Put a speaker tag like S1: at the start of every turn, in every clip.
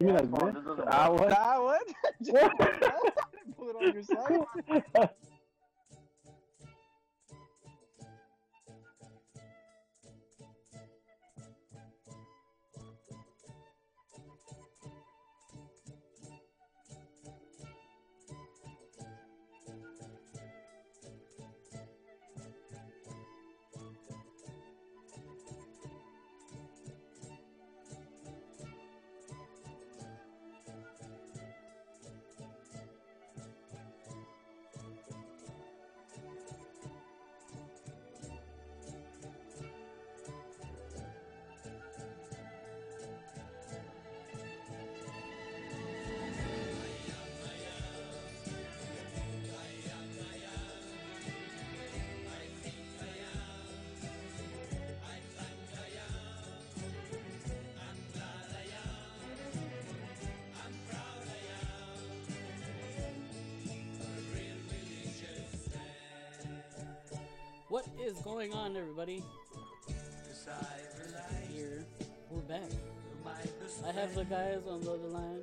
S1: You like this?
S2: Ah,
S1: I was.
S3: Ah,
S4: That one? Pull it on yourself?
S5: What is going on, everybody? Here, we're back. I have the guys on the other line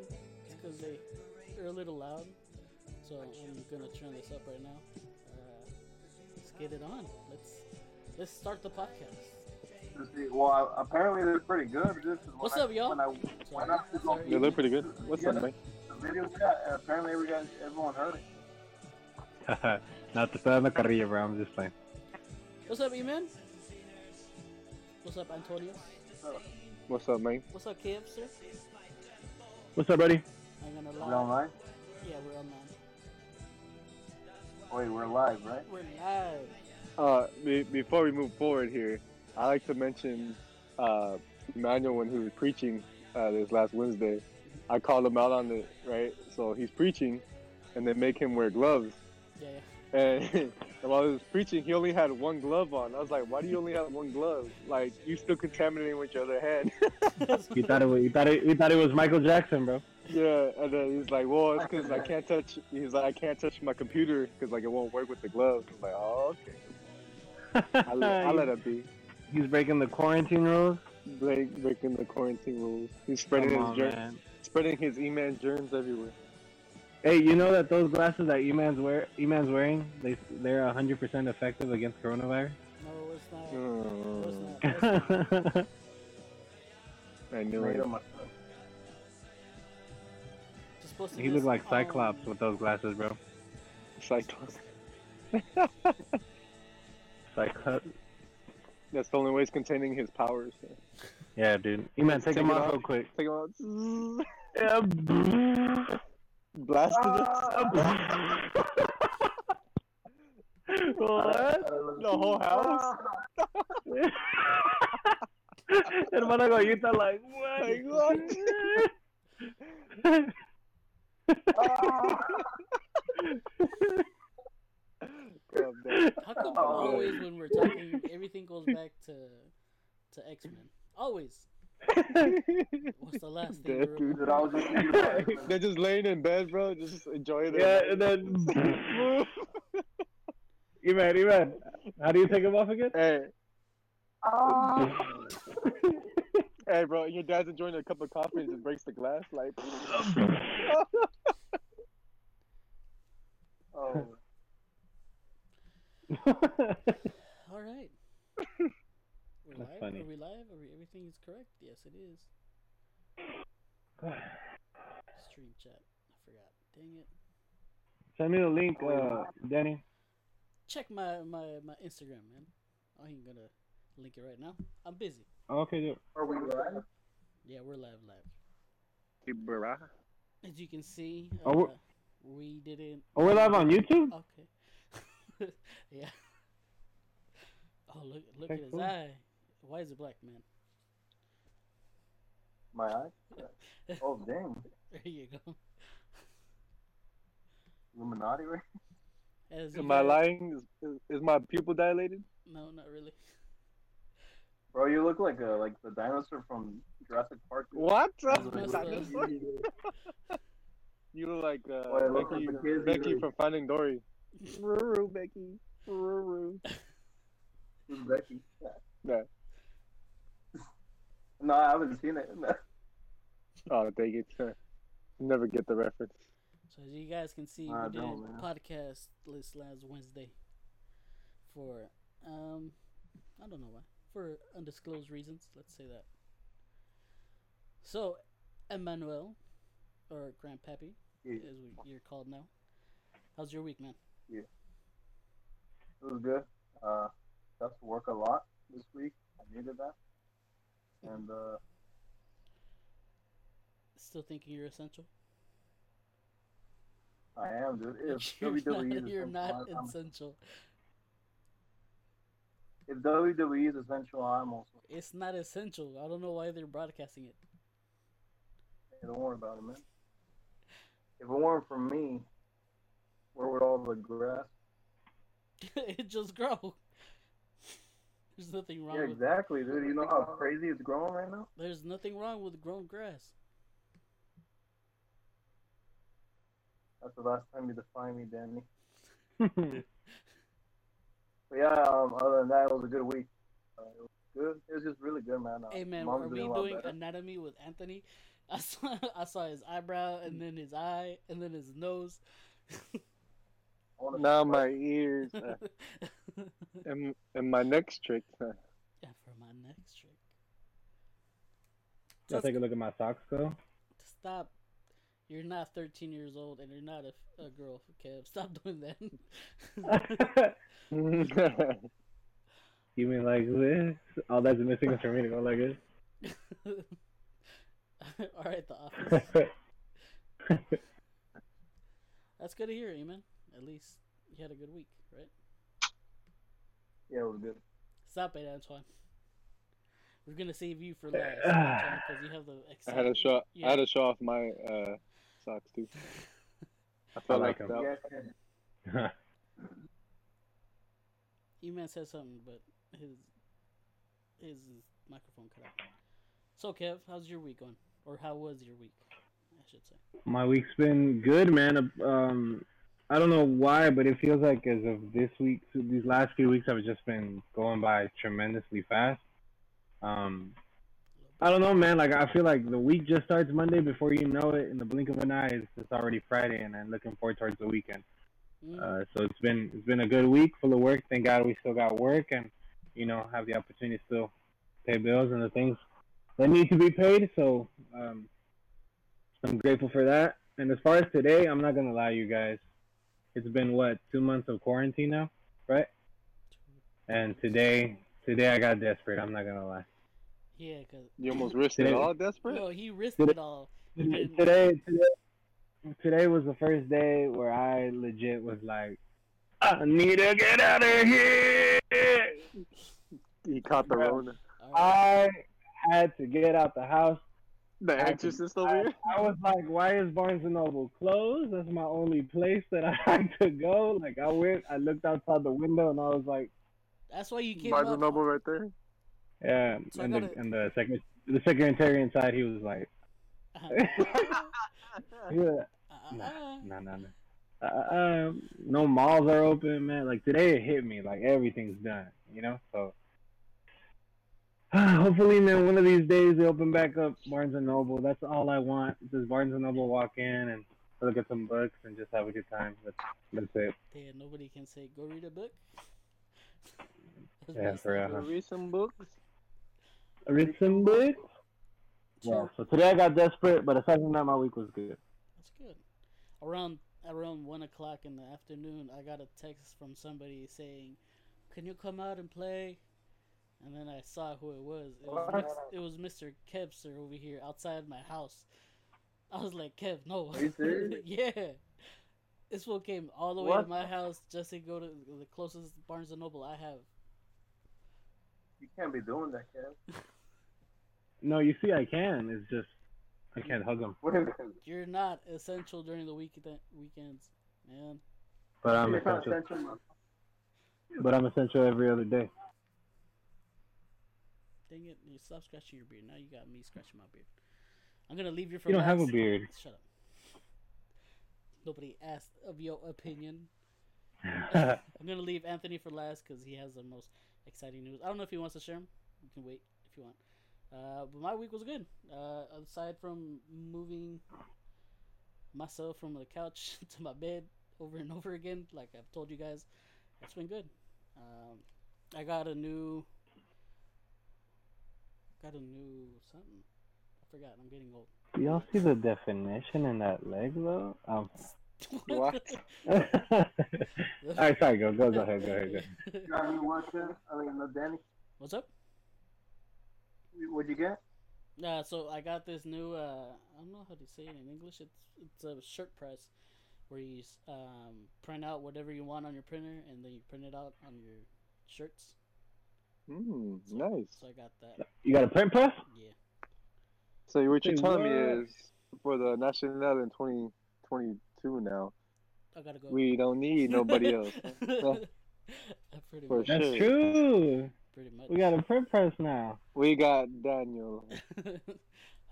S5: because they they're a little loud, so I'm gonna turn this up right now. Uh, let's get it on. Let's let's start the podcast.
S1: Well, apparently they're pretty good. This is when
S5: What's
S1: I-
S5: up, y'all?
S1: When I,
S5: Sorry.
S1: when I was on
S5: Sorry.
S3: Yeah, they're pretty good. What's up, Mike?
S1: the video, yeah, apparently every guy, everyone heard it.
S3: Not to dando carrilla, bro. I'm just playing.
S5: What's up, E-Man? What's up, Antonio?
S1: So,
S3: What's up, Mike?
S5: What's up, KFC?
S3: What's up, buddy?
S5: I'm gonna
S1: we're
S5: lie.
S1: online.
S5: Yeah, we're online.
S1: Wait, we're live, right?
S5: We're live.
S3: Uh, be- before we move forward here, I like to mention uh, Emmanuel when he was preaching uh, this last Wednesday. I called him out on it, right? So he's preaching, and they make him wear gloves.
S5: Yeah, yeah.
S3: And while he was preaching, he only had one glove on. I was like, "Why do you only have one glove? Like, you still contaminating with your other hand?"
S2: You thought it was you thought it you thought it was Michael Jackson, bro.
S3: yeah. And then he's like, "Well, it's because I can't touch." He's like, "I can't touch my computer because like it won't work with the glove." I'm like, "Oh, okay." I let, I let it be.
S2: He's breaking the quarantine rules.
S3: Blake breaking the quarantine rules. He's spreading
S2: Come
S3: his
S2: on,
S3: germs,
S2: man.
S3: spreading his E-man germs everywhere.
S2: Hey, you know that those glasses that E-man's wear E-man's wearing, they they're 100% effective against coronavirus.
S5: No, it's not. No, it's
S3: Mm,
S5: not. It's not.
S3: Oh, I knew
S1: Made
S3: it.
S1: them a-
S5: Just um, posted
S2: he
S5: this
S2: looked like
S5: on-
S2: Cyclops with those glasses, bro.
S3: Cyclops.
S2: Cyclops.
S3: That's the only way it's containing his powers. oh,
S2: Yeah, dude. E-man, take,
S3: Take
S2: them
S3: it
S2: off
S3: off.
S2: real quick.
S3: Take him out.
S2: Yeah.
S3: Blasted
S2: Ah! what?
S3: the whole house.
S2: Hermano Goyita, like what?
S3: Like, what? Oh, man.
S5: How come
S1: Oh.
S5: always when we're talking, everything goes back to to X Men? Always. What's the last thing?
S3: Dead,
S5: we
S3: dude.
S5: remember?
S1: Dude, I was just thinking about it.
S3: They're just laying in bed, bro. Just enjoying
S2: yeah,
S3: their
S2: and then E-man, E-man, how do you take them off again?
S3: Hey,
S1: Ah.
S3: hey, bro. Your dad's enjoying a cup of coffee and just breaks the glass. Like,
S1: Oh,
S5: All right. We're
S2: That's
S5: live.
S2: funny.
S5: Are we live? Are we, everything is correct? Yes, it is. Stream chat. I forgot. Dang it.
S2: Send me the link, uh, Danny.
S5: Check my my my Instagram, man. I ain't gonna link it right now. I'm busy.
S2: Okay, dude.
S1: are we live?
S5: Yeah, we're live, live.
S3: bruh.
S5: As you can see, uh,
S2: Oh, we're-
S5: we didn't
S2: Oh, we're live on YouTube.
S5: Okay. yeah. Oh look! Look
S2: Okay,
S5: at his
S2: cool.
S5: eye. Why is it black, man?
S1: My eye? Oh, dang.
S5: There you go.
S1: Illuminati, right?
S5: As you
S3: Am I
S5: guys-
S3: lying? Is, is, is my pupil dilated?
S5: No, not really.
S1: Bro, you look like a, like the dinosaur from Jurassic Park.
S3: What?
S5: messed up.
S3: Dinosaur? you look like uh,
S1: Boy, it looks
S3: Becky,
S1: like the kids
S3: Becky
S1: either.
S3: from Finding Dory.
S4: Ruru, Becky. Ruru.
S1: Who's Becky? Yeah.
S3: Yeah.
S1: No, I haven't seen it. No.
S3: Oh, dang it. Never get the reference.
S5: So as you guys can see,
S1: I
S5: we did a
S1: don't, man.
S5: podcast this last Wednesday for um I don't know why. For undisclosed reasons, let's say that. So Emmanuel or Grandpappy,
S1: Yeah.
S5: as we, you're called now. How's your week, man?
S1: It was good. Uh, got to work a lot this week. I needed that. And uh,
S5: Still thinking you're essential?
S1: I am, dude. If
S5: you're
S1: WWE
S5: not,
S1: E is
S5: you're
S1: essential,
S5: not
S1: I'm-
S5: essential.
S1: if WWE is essential, I'm also.
S5: It's not essential. I don't know why they're broadcasting it.
S1: Hey, don't worry about it, man. If it weren't for me, where would all the grass?
S5: it just grow. There's nothing wrong
S1: Yeah,
S5: with
S1: exactly, dude. You know how crazy it's growing right now.
S5: There's nothing wrong with grown grass.
S1: That's the last time you defined me, Danny. But yeah, um, other than that, it was a good week. Uh, it was good. It was just really good, man. Uh,
S5: hey man,
S1: Mom's
S5: are we
S1: doing a lot
S5: doing
S1: better.
S5: anatomy with Anthony? I saw I saw his eyebrow and then his eye and then his nose.
S1: I wanna-
S3: Now my ears uh,
S5: and
S3: and, and my next trick. uh,
S5: for my next trick.
S2: I'll
S5: Just
S2: take a look at my socks though.
S5: stop. You're not 13 years old and you're not a, a girl, Kev. Stop doing that.
S2: you mean like this? All that's missing is for me to go like
S5: All right, the office.
S2: this.
S5: That's good to hear, Eamon. At least you had a good week, right?
S1: Yeah, it was good.
S5: Stop it, Antoine. We're gonna save you for last, Antoine, because you have the.
S3: I had a
S5: exciting-
S3: shot. I had
S5: Yeah.
S3: to show off my uh, socks too. I
S2: I
S3: felt
S2: like
S3: like,
S2: 'em.
S3: that.
S1: Yeah, yeah.
S5: E-Man said something, but his his microphone cut out. So, Kev, how's your week going? Or how was your week? I should say.
S2: my week's been good, man. Um, I don't know why, but it feels like as of this week, these last few weeks, I've just been going by tremendously fast. Um, I don't know, man. Like I feel like the week just starts Monday before you know it. In the blink of an eye, it's, it's already Friday, and I'm looking forward towards the weekend.
S5: Mm,
S2: Uh, so it's been it's been a good week full of work. Thank God we still got work, and you know have the opportunity to still pay bills and the things that need to be paid. So um, I'm grateful for that. And as far as today, I'm not gonna lie, you guys. It's been what two months of quarantine now, right? And today, today I got desperate. I'm not gonna lie.
S5: yeah, cause
S3: You almost risked it all, desperate.
S5: no, he risked
S2: Did
S5: it
S2: it-
S5: all.
S2: today,
S5: Mhm.
S2: today, today was the first day where I legit was like, I need to get out of here.
S3: He caught the Rona.
S5: All right.
S2: I had to get out the house.
S3: The
S2: I-
S3: Exorcist over
S2: I,
S3: here.
S2: I was like, why is Barnes and Noble closed? That's my only place that I had to go. Like, I went, I looked outside the window, and I was like,
S5: That's why you came
S3: Barnes
S5: up.
S3: and Noble right there.
S2: yeah.
S5: So I
S2: and, the,
S5: gotta-
S2: and the second, the secretary inside, he was like, yeah.
S5: Uh,
S2: Nah,
S5: uh,
S2: No, no, no. Uh, uh, no malls are open, man. Like today, it hit me. Like everything's done, you know. So hopefully, man, one of these days they open back up Barnes and Noble. That's all I want. Just Barnes and Noble walk in and look at some books and just have a good time. That's that's it.
S5: yeah, nobody can say go read a book. That's
S2: Yeah,
S5: basically
S2: for real.
S3: Go
S2: Uh-huh.
S3: read some books.
S2: I Read some books.
S5: true.
S2: Yeah. So today I got desperate, but aside from that, my week was good.
S5: That's good. Around around one o'clock in the afternoon, I got a text from somebody saying, "Can you come out and play?" And then I saw who it was. It was, mix, it was Mr. Kebster over here outside my house. I was like, "Kev, no."
S1: Are you serious?
S5: yeah. This fool came all the way to
S1: What?
S5: my house just to go to the closest Barnes and Noble I have.
S1: You can't be doing that, Kev.
S2: No, you see, I can. It's just I can't hug him,
S1: Wait a minute.
S5: You're not essential during the week weekends, man.
S2: but I'm
S1: You're not
S2: essential.
S1: essential, man.
S2: But I'm essential every other day.
S5: Dang it! You stop scratching your beard. Now you got me scratching my beard. I'm gonna leave you for
S2: You don't have a
S5: last.
S2: beard.
S5: Shut up. Nobody asked of your opinion. I'm gonna leave Anthony for last because he has the most exciting news. I don't know if he wants to share 'em. You can wait if you want. Uh, but my week was good. Uh, aside from moving myself from the couch to my bed over and over again, like I've told you guys, it's been good. Um, I got a new, got a new something. I forgot. I'm getting old.
S2: Do y'all see the definition in that leg though? Um,
S3: What?
S2: all right, sorry, go, go, go ahead, go ahead, go ahead.
S1: Got any work done? I mean, no, Danny,
S5: What's up?
S1: what'd you get?
S5: Yeah, so I got this new. Uh, I don't know how to say it in English. It's it's a shirt press, where you s- um, print out whatever you want on your printer, and then you print it out on your shirts.
S3: Mm, nice.
S5: So I got that.
S2: You got a print press?
S5: Yeah.
S3: So what you're
S2: Wait,
S3: telling
S2: what?
S3: me is for the Nacional in 2022 now,
S5: I gotta go.
S3: we don't need nobody else. Well,
S5: pretty
S3: for
S5: much.
S3: sure.
S2: That's true.
S5: Pretty much.
S2: We got a print press now.
S3: we got Daniel.
S5: I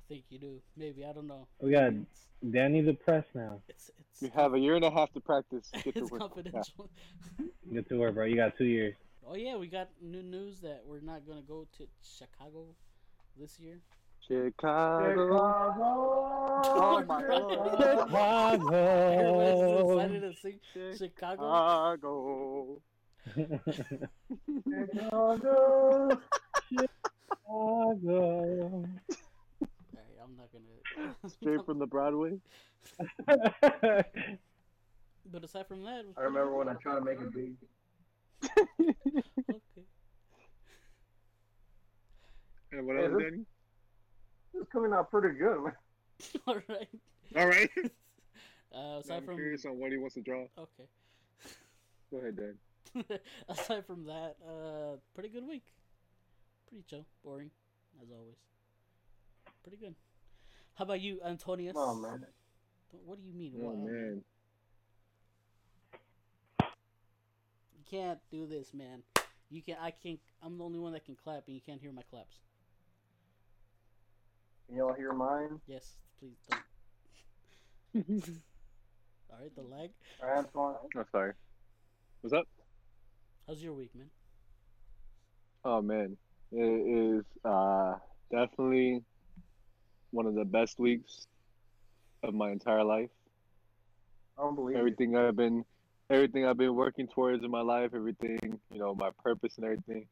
S5: think you do. Maybe I don't know.
S2: We got
S5: It's
S2: Danny the press now.
S5: it's it's,
S3: You have a year and a half to practice. Get to
S5: it's
S3: work.
S5: confidential.
S2: Good to work, bro. You got two years.
S5: Oh yeah, we got new news that we're not gonna go to Chicago this year.
S3: Chicago.
S1: Uh, Oh my god.
S5: Everybody's so
S2: Chicago.
S5: excited to see Chicago.
S1: Uh,
S3: Chicago.
S1: Chicago.
S2: Chicago.
S5: Alright, I'm not gonna.
S3: Straight from the Broadway.
S5: But aside from that, it was
S1: I remember when I tried to make it big.
S5: pretty- okay.
S3: And what
S1: Hey,
S3: else,
S1: this-
S3: Danny?
S1: It's coming out pretty good. man.
S5: All right.
S3: All right.
S5: Uh,
S3: Now
S5: aside
S3: I'm
S5: from
S3: curious on what he wants to draw.
S5: okay.
S3: Go ahead, Dan.
S5: aside from that, uh, pretty good week. Pretty chill, boring, as always. Pretty good. How about you, Antonius?
S1: Come on, man.
S5: What do you mean?
S3: Oh
S5: wow?
S3: man.
S5: You can't do this, man. You can not I can't. I'm the only one that can clap, and you can't hear my claps.
S1: Can y'all hear mine?
S5: Yes, please don't. All right, the lag.
S1: All right, Antoine.
S3: I'm Oh, sorry. What's up?
S5: How's your week, man?
S3: Oh man, it is uh, definitely one of the best weeks of my entire life.
S1: I don't believe it.
S3: Everything I've been, everything I've been working towards in my life, everything you know, my purpose and everything.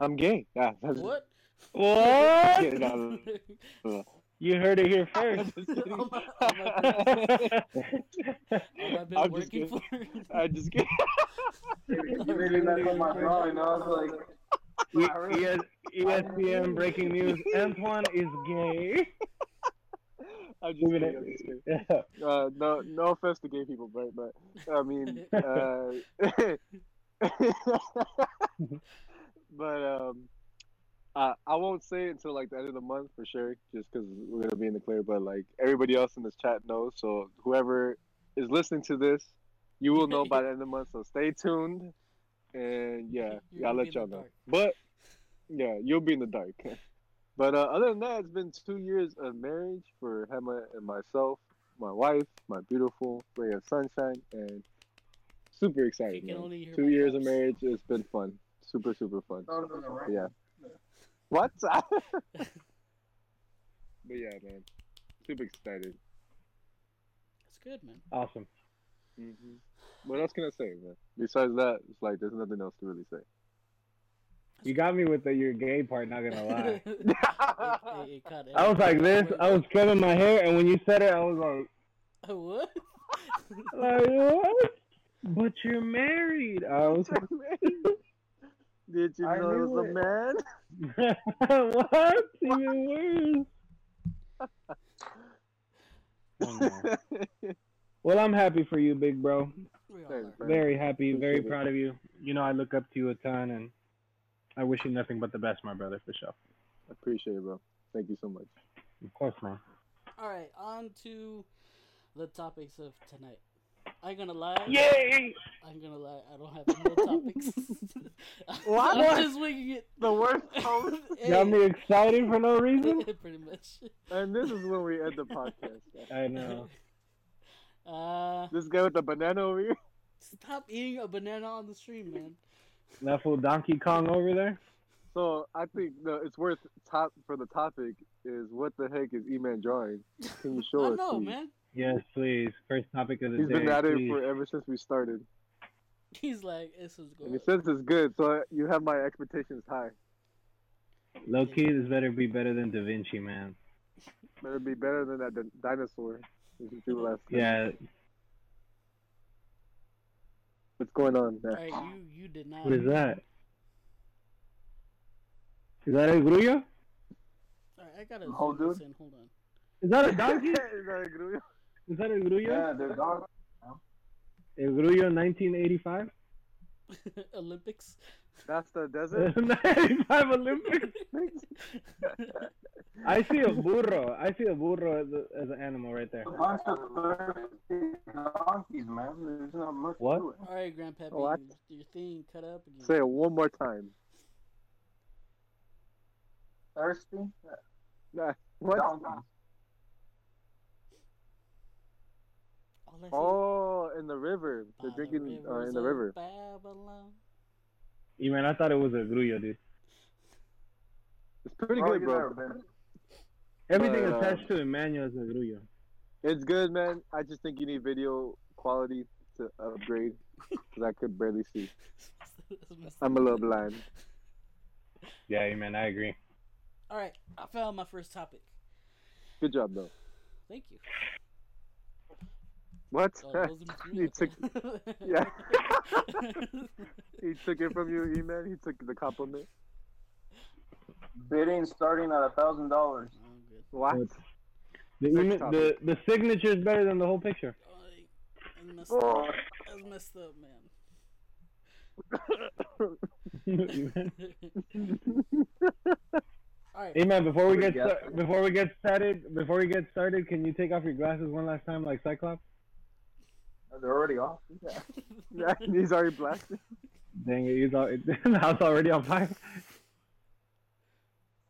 S3: I'm gay. Yeah, that's
S5: What?
S2: what?
S3: Get it out of-
S2: You heard it here first.
S3: I'm just kidding.
S5: Oh my- oh my Have I been
S3: I'm just
S5: working
S3: kidding.
S5: for?
S3: I just get
S1: You really messed up my drawing. I was
S2: E-
S1: like, I really
S2: ES- ESPN breaking news: Antoine is gay.
S3: I'm just
S2: Leave it
S3: kidding. I'm just kidding.
S2: at-
S3: Uh, no, no offense to gay people, but but I mean, uh, but um, I I won't say it until like the end of the month for sure, just because we're gonna be in the clear. But like everybody else in this chat knows, so whoever is listening to this, you will know by the end of the month. So stay tuned, and yeah,
S5: You're gonna
S3: I'll
S5: be
S3: let
S5: in the
S3: y'all know.
S5: dark.
S3: But yeah, you'll be in the dark. But uh, other than that, it's been two years of marriage for Hema and myself, my wife, my beautiful ray of sunshine, and super
S5: You
S3: excited.
S5: can
S3: man.
S5: only hear
S3: Two
S5: my
S3: years of
S5: claps.
S3: marriage, it's been fun. Super, super fun.
S1: thought it was a
S3: But
S1: rank.
S3: yeah. What? Um, but yeah, man. Super excited.
S5: That's good, man.
S2: awesome.
S3: hmm What else can I say, man? Besides that, it's like there's nothing else to really say.
S2: You got me with the "you're gay" part. Not gonna lie.
S5: It- it- it caught
S2: I was like this.
S5: everyone.
S2: I was curling my hair, and when you said it, I was like,
S5: what?
S2: like what? But you're married. I was
S3: Did you
S1: I
S3: know it
S1: knew
S3: was a
S1: it.
S3: man?
S2: what? Even worse. Oh, no. Well, I'm happy for you, big bro.
S5: We all
S3: Thanks,
S5: are.
S3: bro.
S2: Very happy, very
S3: Appreciate it.
S2: proud of you. You know, I look up to you a ton, and I wish you nothing but the best, my brother, for sure.
S3: Appreciate it, bro. Thank you so much.
S2: Of course, man.
S5: All right, on to the topics of tonight. I'm gonna lie.
S2: Yay!
S5: I'm gonna lie. I don't have no topics.
S3: What?
S5: I'm just winging it.
S3: The worst
S5: Hey,
S2: Got me excited for no reason.
S5: pretty much.
S3: And this is when we end the podcast.
S2: I know.
S5: Uh,
S3: This guy with the banana over here.
S5: stop eating a banana on the stream, man.
S2: That fool Donkey Kong over there.
S3: So I think no, it's worth top for the topic is what the heck is E Man drawing? Can you show
S5: I
S3: us?
S5: know,
S3: please?
S5: man.
S2: Yes, please. First topic of the
S3: He's
S2: day.
S3: been at it
S2: please.
S3: for ever since we started,
S5: He's like, this is
S3: and he
S5: good.
S3: says it's good. So you have my expectations high.
S2: Low key, this better be better than Da Vinci, man.
S3: Better be better than that di- dinosaur. that you drew last time.
S2: Yeah,
S3: What's going on?
S5: All
S3: There?
S5: right, you you did not.
S2: what is that? Is that a grullo?
S5: All right, I gotta
S1: Oh,
S5: zoom this
S1: dude.
S5: in. Hold on.
S2: Is that a
S3: Is
S2: donkey?
S3: that a grullo?
S2: Is that a grullo?
S1: Yeah, they're dog.
S2: A grullo 1985?
S5: Olympics.
S3: That's the desert.
S2: 1985 Olympics? I see a burro. I see a burro as, a, as an animal right there.
S1: A bunch of thirsty donkeys, man. There's not much
S2: What?
S1: to it.
S5: All right, Grandpappy,
S3: Oh, I-
S5: your- your thing cut up again.
S3: Say it one more time.
S1: Thirsty?
S3: Nah, What?
S1: Donkeys.
S5: All I see
S3: Oh, in the river.
S5: by
S3: They're drinking uh,
S5: rivers
S3: in the
S5: of
S3: river.
S5: Babylon.
S2: Yeah, man, I thought it was a grullo, dude.
S3: It's pretty
S1: Oh,
S3: good,
S1: you
S3: bro.
S1: never been.
S2: Everything
S3: Uh,
S2: attached to Emmanuel is a grullo.
S3: It's good, man. I just think you need video quality to upgrade because I could barely see. I'm a little blind.
S2: Yeah, yeah, man, I agree.
S5: All right, I found my first topic.
S3: Good job, though.
S5: Thank you.
S3: What?
S5: Oh, that wasn't me.
S3: You took- yeah. he took it from you, E man. He took the compliment.
S1: Bidding starting at a thousand dollars.
S5: I'm Oh, good.
S3: What?
S2: Good. The,
S3: Next
S2: uni- the, the signature is better than the whole picture.
S5: I, I messed up.
S3: Oh.
S5: I messed up, man.
S2: Amen.
S5: All right.
S2: Hey man, before we
S1: Pretty
S2: get
S1: good.
S2: sta- before we get started, before we get started, can you take off your glasses one last time, like Cyclops?
S1: They're already off.
S3: Yeah, he's already blasted.
S2: Dang it, he's all, the house already on fire.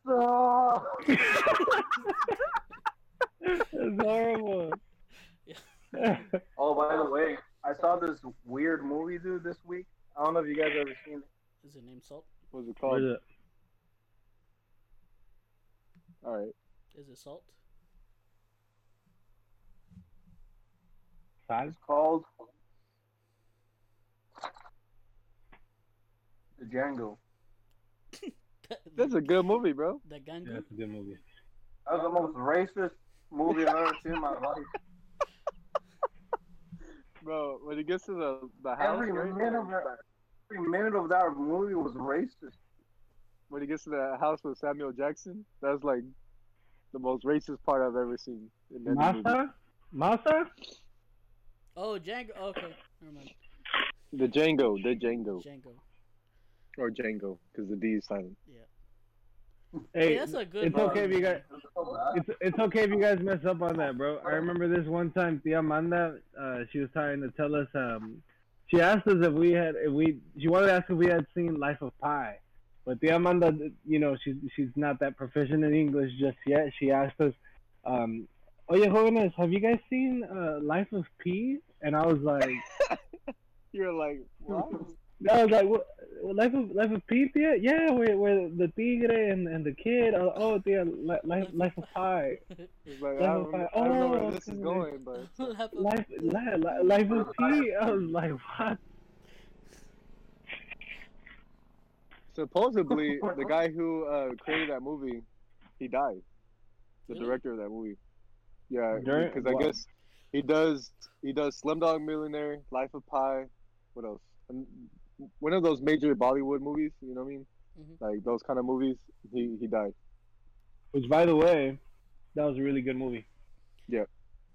S1: Oh,
S2: It's horrible.
S1: oh, by the way, I saw this weird movie, dude, this week. I don't know if you guys ever seen it.
S5: Is your name Salt?
S3: What's it
S2: What
S3: called?
S2: is it?
S3: All right.
S5: Is it Salt?
S2: Five?
S1: It's called The Django.
S3: That's a good movie, bro.
S5: the
S2: Yeah,
S5: Gangu?
S2: that's a good movie.
S1: That was the most racist movie I've ever seen in my life.
S3: Bro, when he gets to the, the house,
S1: Every
S3: right?
S1: minute of that, every minute of that movie was racist.
S3: when he gets to the house with Samuel Jackson, that's like the most racist part I've ever seen in any movie.
S2: Masa? Masa?
S5: Oh, Django. Oh, okay, never mind.
S3: The Django, the Django,
S5: Django.
S3: or Django, because the D is silent.
S2: Hey,
S5: Hey, that's a good.
S2: it's
S5: one.
S2: okay if you guys
S1: It was so bad.
S2: it's, it's okay if you guys mess up on that, bro. I remember this one time, Tia Amanda, uh, she was trying to tell us. Um, she asked us if we had, if we, she wanted to ask if we had seen Life of Pi, but Tia Amanda, you know, she's she's not that proficient in English just yet. She asked us, um, "Oye, jóvenes, have you guys seen uh, Life of P?" And I was like,
S3: You're like, what?
S2: I was like, what, Life of Life of P, Tia? Yeah, where where the tigre and, and the kid. Oh, oh Tia, li- Life Life of Pi.
S3: It's like, I don't, I don't know
S2: Oh,
S3: where this is going, but
S5: Laugh at-
S2: Life, li- li- life of P. I was like, what?
S3: supposedly the guy who uh, created that movie, he died. The
S5: Really?
S3: director of that movie. Yeah,
S2: During-
S3: because I
S2: what?
S3: guess he does he does Slumdog Millionaire, Life of Pi, what else? Um, One of those major Bollywood movies. You know what I mean?
S5: Mhm.
S3: Like those kind of movies. He he died.
S2: Which, by the way, that was a really good movie.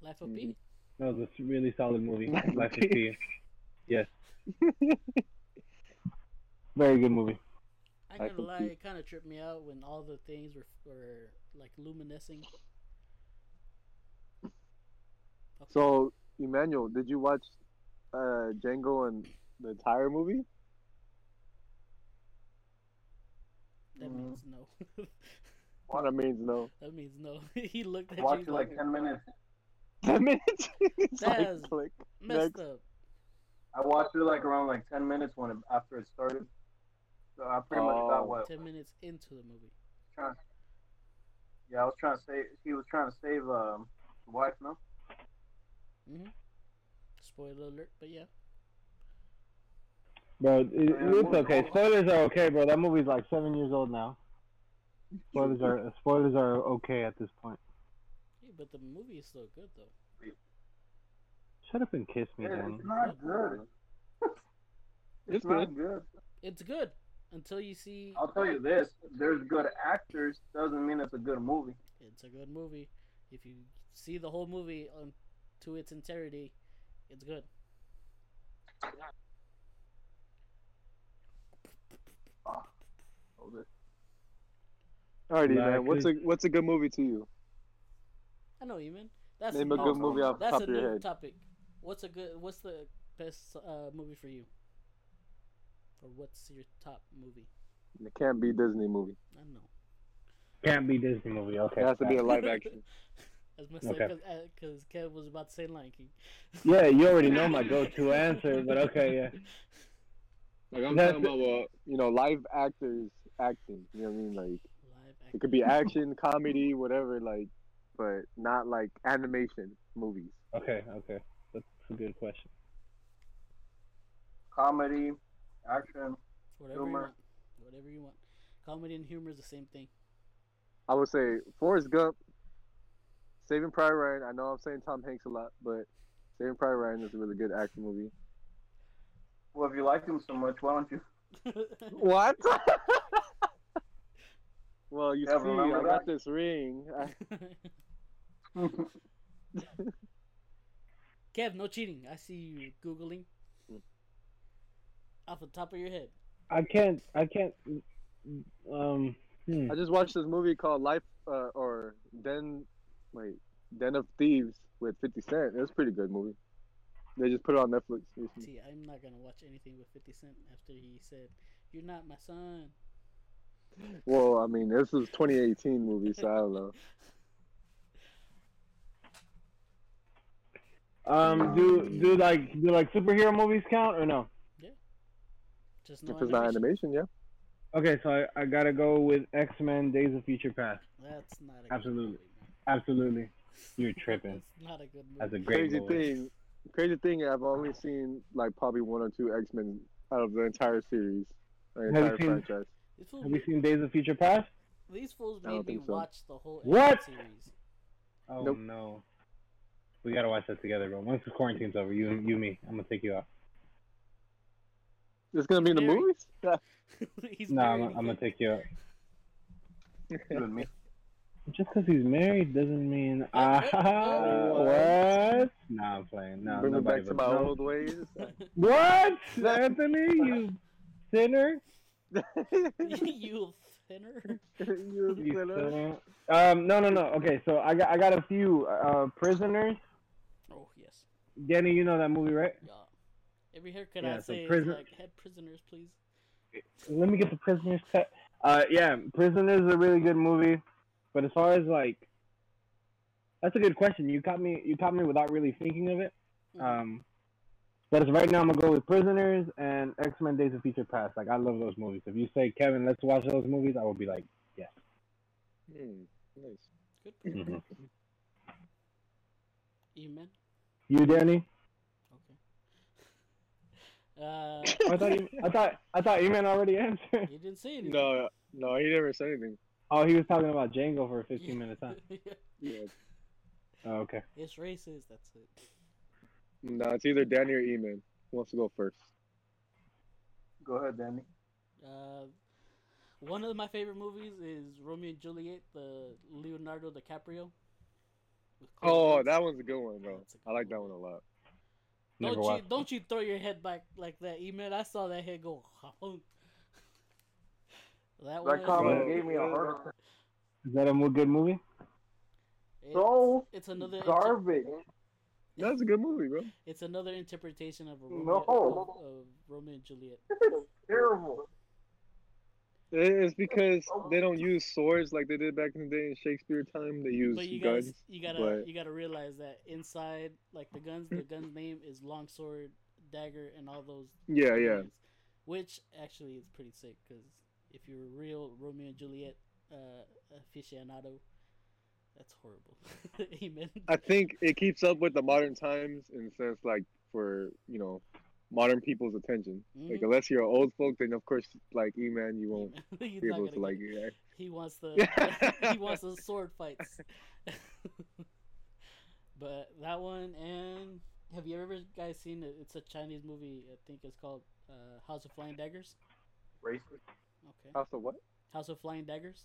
S5: Laugh at Pete.
S2: That was a really solid movie.
S3: Life of
S2: Life of
S3: P.
S2: P. Yes. Very good movie.
S5: I
S3: Life
S5: gotta
S3: of
S5: lie,
S3: Pi.
S5: it kind of tripped me out when all the things were were like luminescing. Okay.
S3: So Emmanuel, did you watch uh, Django and the entire movie?
S5: that means no.
S3: What that means no.
S5: that means no. he looked at
S1: Watch
S5: you
S1: it like ten minutes.
S3: That means it's
S5: That's-
S3: like click.
S5: messed
S3: next.
S5: up.
S1: I watched it like around like ten minutes when it, after it started. So I pretty much
S3: Oh.
S1: got what.
S5: Ten minutes into the movie.
S1: Yeah, I was trying to save. He was trying to save um, the wife. No,
S5: Spoiler alert, but yeah.
S2: Bro, it, it's
S1: movie's
S2: okay.
S1: old.
S2: Spoilers are okay, bro. That movie's like seven years old now. Spoilers are spoilers are okay at this point.
S5: Hey, but the movie is still good though.
S2: Shut up and kiss me,
S1: It-
S2: Danny.
S1: it's not good. It's,
S3: It's
S1: not good.
S5: It's good until you see
S1: I'll tell you this: there's good actors doesn't mean it's a good movie.
S5: it's a good movie. If you see the whole movie on to its entirety, it's good.
S1: Hold it.
S3: Alrighty,
S2: Nah,
S3: man. What's a
S2: cause-
S3: what's a good movie to you?
S5: I know what you mean. That's
S3: Name a
S5: no,
S3: good movie off the
S5: That's
S3: top
S5: a
S3: of your
S5: new
S3: head.
S5: topic. What's a good? What's the best uh, movie for you? Or what's your top movie?
S3: It can't be Disney movie.
S5: I don't know.
S2: Can't be Disney movie. Okay.
S3: It has to be a
S2: facts.
S3: live action.
S5: As much
S2: Okay.
S5: because uh, Kev was about to say Lion King.
S2: yeah, you already know my go-to answer, but okay, yeah.
S3: Like I'm
S2: That's
S3: talking about, uh, you know, live actors acting. You know what I mean? Like
S5: Live
S3: it
S5: action.
S3: could be action, comedy, whatever. Like, but not like animation movies.
S2: Okay, okay. That's a good question.
S1: Comedy, action.
S5: Whatever you
S1: humor.
S5: want. Whatever you want. Comedy and humor is the same thing.
S3: I would say Forrest Gump, Saving Private Ryan. I know I'm saying Tom Hanks a lot, but Saving Private Ryan is a really good action movie.
S1: Well, if you like him so much, why don't you?
S3: What? well, you
S1: Yeah,
S3: see,
S1: remember
S3: I got
S1: that?
S3: this ring. I-
S5: Kev, no cheating. I see you googling
S3: Mm.
S5: off the top of your head.
S2: I can't. I can't. Um. Hmm.
S3: I just watched this movie called Life uh, or Den, wait, Den of Thieves with 50 Cent. It was a pretty good movie. They just put it on Netflix. recently.
S5: See, I'm not gonna watch anything with 50 Cent after he said, "You're not my son."
S3: Well, I mean, this is 2018 movie, so I don't know.
S2: Um. Do do like do like superhero movies count or no?
S5: Just no
S3: If it's not
S5: animation.
S3: animation, yeah.
S2: Okay, so I, I gotta go with X Men: Days of Future Past.
S5: That's not a good
S2: Absolutely.
S5: movie, man.
S2: Absolutely, you're tripping.
S5: That's not a good movie.
S2: That's a great
S3: Crazy
S2: movie.
S3: thing, crazy thing. I've only seen like probably one or two X Men out of the entire series, the
S2: Have you
S3: entire
S2: seen-
S3: franchise.
S5: These fools,
S2: Have you
S5: made-
S2: seen Days of Future Past?
S5: these fools
S3: I don't
S5: made me
S3: think so.
S5: watch the whole
S2: What?
S5: X-Men series.
S2: Oh
S3: Nope.
S2: no. We gotta watch that together, bro. Once the quarantine's over, you you me, I'm gonna take you out.
S3: It's gonna be in the
S5: Very-
S3: movies.
S5: He's
S2: No, I'm,
S5: married
S2: I'm gonna
S5: again.
S2: take you out.
S1: You and me.
S2: Just because he's married doesn't mean ah what? Nah, I'm playing. No,
S3: Bring me
S2: nobody
S3: back to
S2: but-
S3: my
S2: no.
S3: old ways.
S2: What, Anthony? You sinner?
S5: you thinner.
S3: You
S2: You
S3: sinner.
S2: sinner? Um, no, no, no. Okay, so I got I got a few uh prisoners.
S5: Oh yes.
S2: Danny, you know that movie, right?
S5: Yeah. Every haircut
S2: Yeah,
S5: I
S2: so
S5: say is
S2: prison-
S5: like head prisoners, please.
S2: let me get the prisoners cut. Uh, yeah, prisoners is a really good movie, but as far as like, that's a good question. You caught me. You caught me without really thinking of it.
S3: Mm-hmm.
S2: Um, but as of right now, I'm gonna go with prisoners and X Men: Days of Future Past. Like, I love those movies. If you say Kevin, let's watch those movies, I will be like,
S3: Hmm, nice.
S5: Good.
S2: Mhm.
S5: You man.
S2: you, Danny.
S5: Okay. Uh,
S2: I thought you, I thought I thought you meant already answered.
S5: you didn't say anything.
S3: No, no, he never said anything.
S2: Oh, he was talking about Django for 15 minutes, huh?
S3: Yeah.
S2: Oh, okay.
S5: it's racist. That's it.
S3: No, it's either Danny or Eman. Who wants to go first?
S1: Go ahead, Danny.
S5: Uh, one of my favorite movies is Romeo and Juliet, the Leonardo DiCaprio. with Chloe
S3: Oh,
S5: Grace.
S3: that one's a good one, bro.
S5: That's a good
S3: I like that
S5: one.
S3: one a lot.
S2: Never
S5: Don't you
S2: watched.
S5: don't you throw your head back like that, Eman? I saw that head go. that one.
S1: That comment
S3: Bro.
S1: gave me a heart attack.
S2: Is that a mo- good movie?
S5: it's,
S1: So
S5: it's another inter-
S1: garbage.
S3: That's a good movie, bro.
S5: It's another interpretation of Romeo,
S1: No.
S5: of, of Romeo and Juliet.
S1: Terrible.
S3: It- It's because they don't use swords like they did back in the day in Shakespeare time. They use
S5: But you gotta,
S3: guns.
S5: you gotta,
S3: but-
S5: you gotta realize that inside, like the guns, the gun's name is longsword, dagger, and all those.
S3: Yeah, yeah.
S5: names, which actually is pretty sick because if you're a real Romeo and Juliet uh, aficionado, that's horrible. Amen.
S3: I think it keeps up with the modern times in the sense like for you know modern people's attention. Like
S5: Mhm.
S3: unless you're an old folk, then of course like E Man, you won't
S5: He's
S3: be
S5: not
S3: able
S5: gonna
S3: to like
S5: get it.
S3: yeah.
S5: He wants the
S3: Yeah.
S5: he wants the sword fights. but that one and have you ever guys seen it? It's a Chinese movie. I think it's called uh, House of Flying Daggers.
S1: Racist.
S5: Okay.
S3: House of what?
S5: House of Flying Daggers.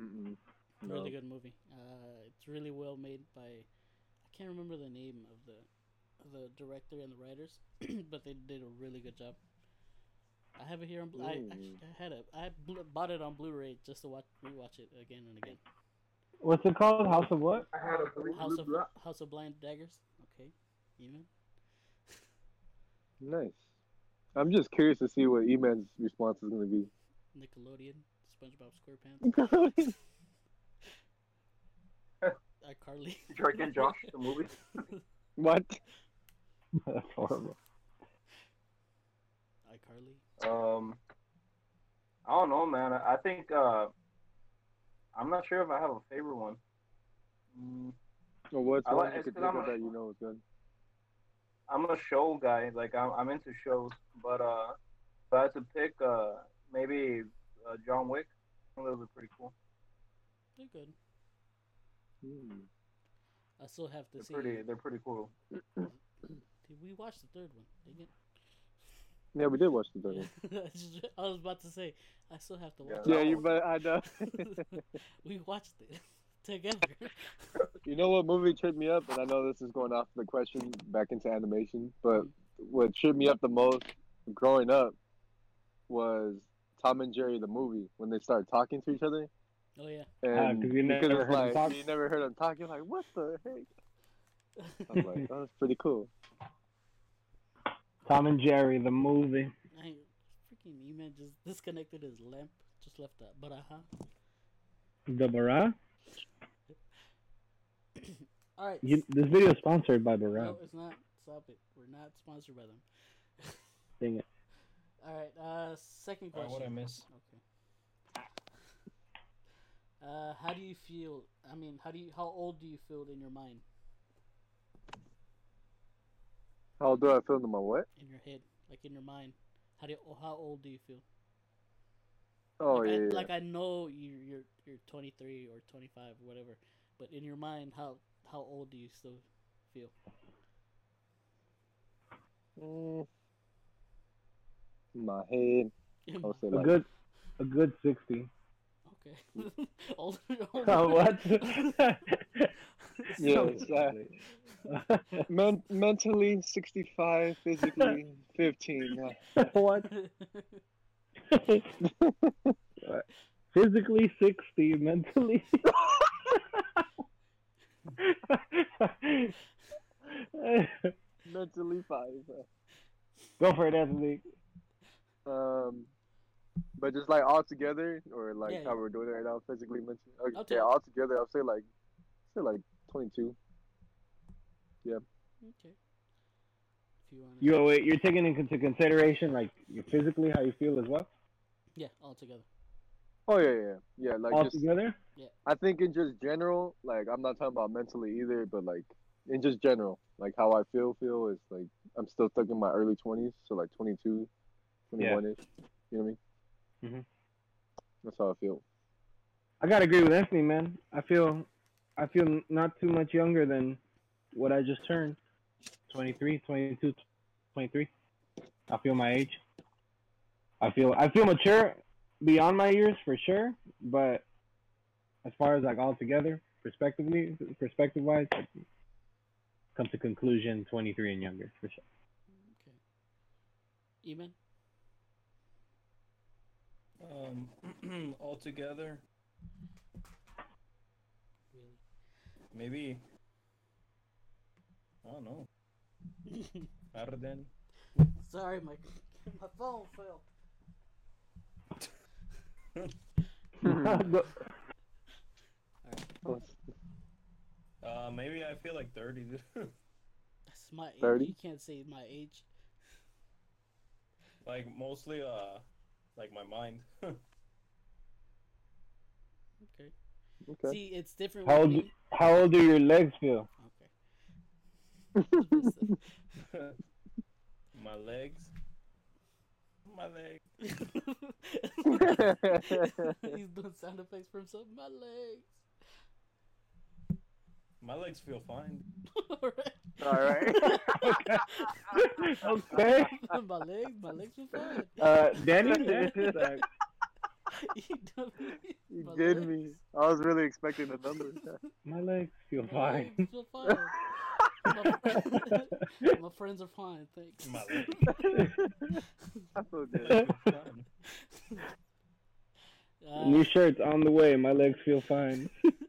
S3: Mm-mm.
S5: Really
S3: No.
S5: good movie. Uh, it's really well made by I can't remember the name of the of the director and the writers, but they did a really good job. I have it here on. Blu- I
S3: Ooh.
S5: actually I had a I bl- bought it on Blu-ray just to watch rewatch it again and again.
S2: What's it called? House of what?
S1: I had a blue,
S5: House
S1: blue
S5: of
S1: block.
S5: House of Blind Daggers. Okay, even
S3: Nice. I'm just curious to see what E Man's response is gonna be.
S5: Nickelodeon, SpongeBob SquarePants,
S3: That's
S5: iCarly.
S1: Drake and Josh, the movie.
S3: what?
S2: That's horrible.
S5: iCarly.
S1: Um, I don't know, man. I, I think uh, I'm not sure if I have a favorite one. Mm,
S3: Or what's
S1: I
S3: one
S1: like-
S3: you
S1: it's
S3: could
S1: because
S3: think
S1: I'm
S3: of
S1: a-
S3: that you know is good?
S1: I'm a show guy. Like I'm, I'm into shows, but uh, if I had to pick, uh, maybe uh, John Wick. Those are pretty cool.
S5: They're good.
S3: Mm.
S5: I still have to
S1: They're
S5: see.
S1: pretty. They're pretty cool.
S5: Did we watch the third one? Dang it.
S3: Yeah, we did watch the third one.
S5: I just- I was about to say, I still have to
S1: Yeah,
S5: watch
S1: that
S3: Yeah, you
S1: one.
S3: but I know.
S5: it. we watched it together.
S3: You know what movie tripped me up, and I know this is going off the question back into animation, but what tripped me up the most growing up was Tom and Jerry the movie when they start talking to each other,
S5: Oh, yeah.
S2: Ah,
S3: and
S2: 'cause you never
S3: because
S2: heard
S3: it's
S2: them
S3: like
S2: talk.
S3: you never heard them talking, like what the heck? I'm like, that was pretty cool.
S2: Tom and Jerry, the movie.
S5: I freaking E-Man just disconnected his lamp, just left that. But uh huh.
S2: The Barra?
S5: All right.
S2: You, this video is sponsored by Barra.
S5: no, it's not. Stop it. We're not sponsored by them.
S2: Dang it.
S5: All right. Uh, second
S4: Alright,
S5: question.
S4: what I miss?
S5: Okay. Uh, how do you feel? I mean, how do you? How old do you feel in your mind,
S3: How do I feel in my what?
S5: in your head, like in your mind? How do? You, how old do you feel?
S3: Oh
S5: like,
S3: yeah,
S5: I,
S3: yeah.
S5: like I know you, you're you're 23 or 25, whatever. But in your mind, how how old do you still feel?
S3: Mm. In my head, I would say
S2: A
S3: like
S2: good, a good 60.
S5: okay. older,
S2: Oh, what?
S3: Yeah, exactly. men- mentally sixty-five, physically fifteen. Yeah.
S2: what? Physically 60, mentally.
S3: mentally five. uh,
S2: Go for it, Anthony.
S3: Um, but just like all together, or like
S5: Yeah,
S3: how
S5: yeah.
S3: we're doing it right now, physically, mentally.
S5: I'll
S3: Okay,
S5: take-
S3: all together, I'll say like, say like twenty-two.
S5: okay. If you want. to
S2: You wait, you're taking into consideration like you physically how you feel as well.
S5: Yeah, all together.
S3: Oh yeah, yeah, yeah. Like
S2: All
S3: just,
S2: together.
S3: I think in just general, like I'm not talking about mentally either, but like in just general, like how I feel, feel is like I'm still stuck in my early twenties, so like 22, 21 ish. You know what I mean?
S2: Mhm.
S3: That's how I feel.
S2: I gotta agree with Anthony, man. I feel, I feel not too much younger than what I just turned. 23, 22, 23. I feel my age. I feel, I feel mature beyond my years for sure. But as far as like all together, perspectively, perspective wise, come to conclusion 23 and younger for sure.
S5: Okay. Eman.
S4: Um, all together, maybe. I don't know.
S5: Really?
S4: Better than
S5: Sorry, my my phone fell.
S3: Oh,
S4: uh, maybe I feel like thirty. dude.
S5: That's my age.
S3: 30?
S5: You can't say my age.
S6: like mostly uh like my mind.
S5: Okay.
S3: Okay.
S5: See, it's different.
S2: How
S5: with
S2: old-
S5: me.
S2: How old do your legs feel?
S6: my legs. My legs.
S5: Okay. He's doing sound effects for himself. My legs.
S6: My legs feel fine.
S5: All
S1: All right.
S2: okay.
S5: right. my legs. My legs were fine.
S2: Uh, Danny, like,
S5: You dummy.
S3: You
S5: My
S3: did me.
S5: legs.
S3: I was really expecting a number.
S2: my legs feel
S5: My
S2: fine.
S5: legs were fine. My, fri- my friends are fine, thanks.
S6: My legs.
S3: I feel good.
S6: fine.
S5: Uh,
S2: New shirt's on the way. My legs feel fine.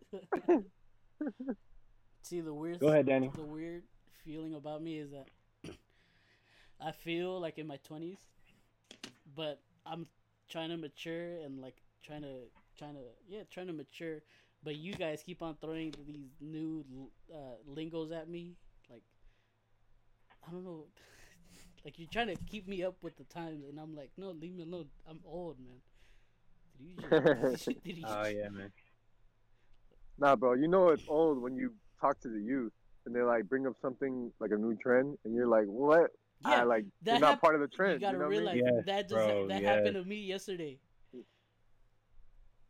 S5: see, the weird
S2: Go ahead, Danny.
S5: the weird feeling about me is that I feel like in my twenties, but I'm trying to mature and like trying to trying to yeah trying to mature, but you guys keep on throwing these new uh, lingos at me like I don't know. Like you're trying to keep me up with the times, and I'm like, no, leave me alone. I'm old, man. Did you just, did you
S1: Oh,
S5: just-
S2: man.
S3: Nah, bro, you know it's old when you talk to the youth and they like bring up something like a new trend and you're like, what?
S5: Yeah,
S3: I like
S5: that
S3: you're not
S5: hap-
S3: part of the
S5: you
S3: trend. You,
S5: gotta
S3: know what I mean?
S5: realize
S2: Yes,
S5: that just
S2: bro,
S5: that happened to me yesterday.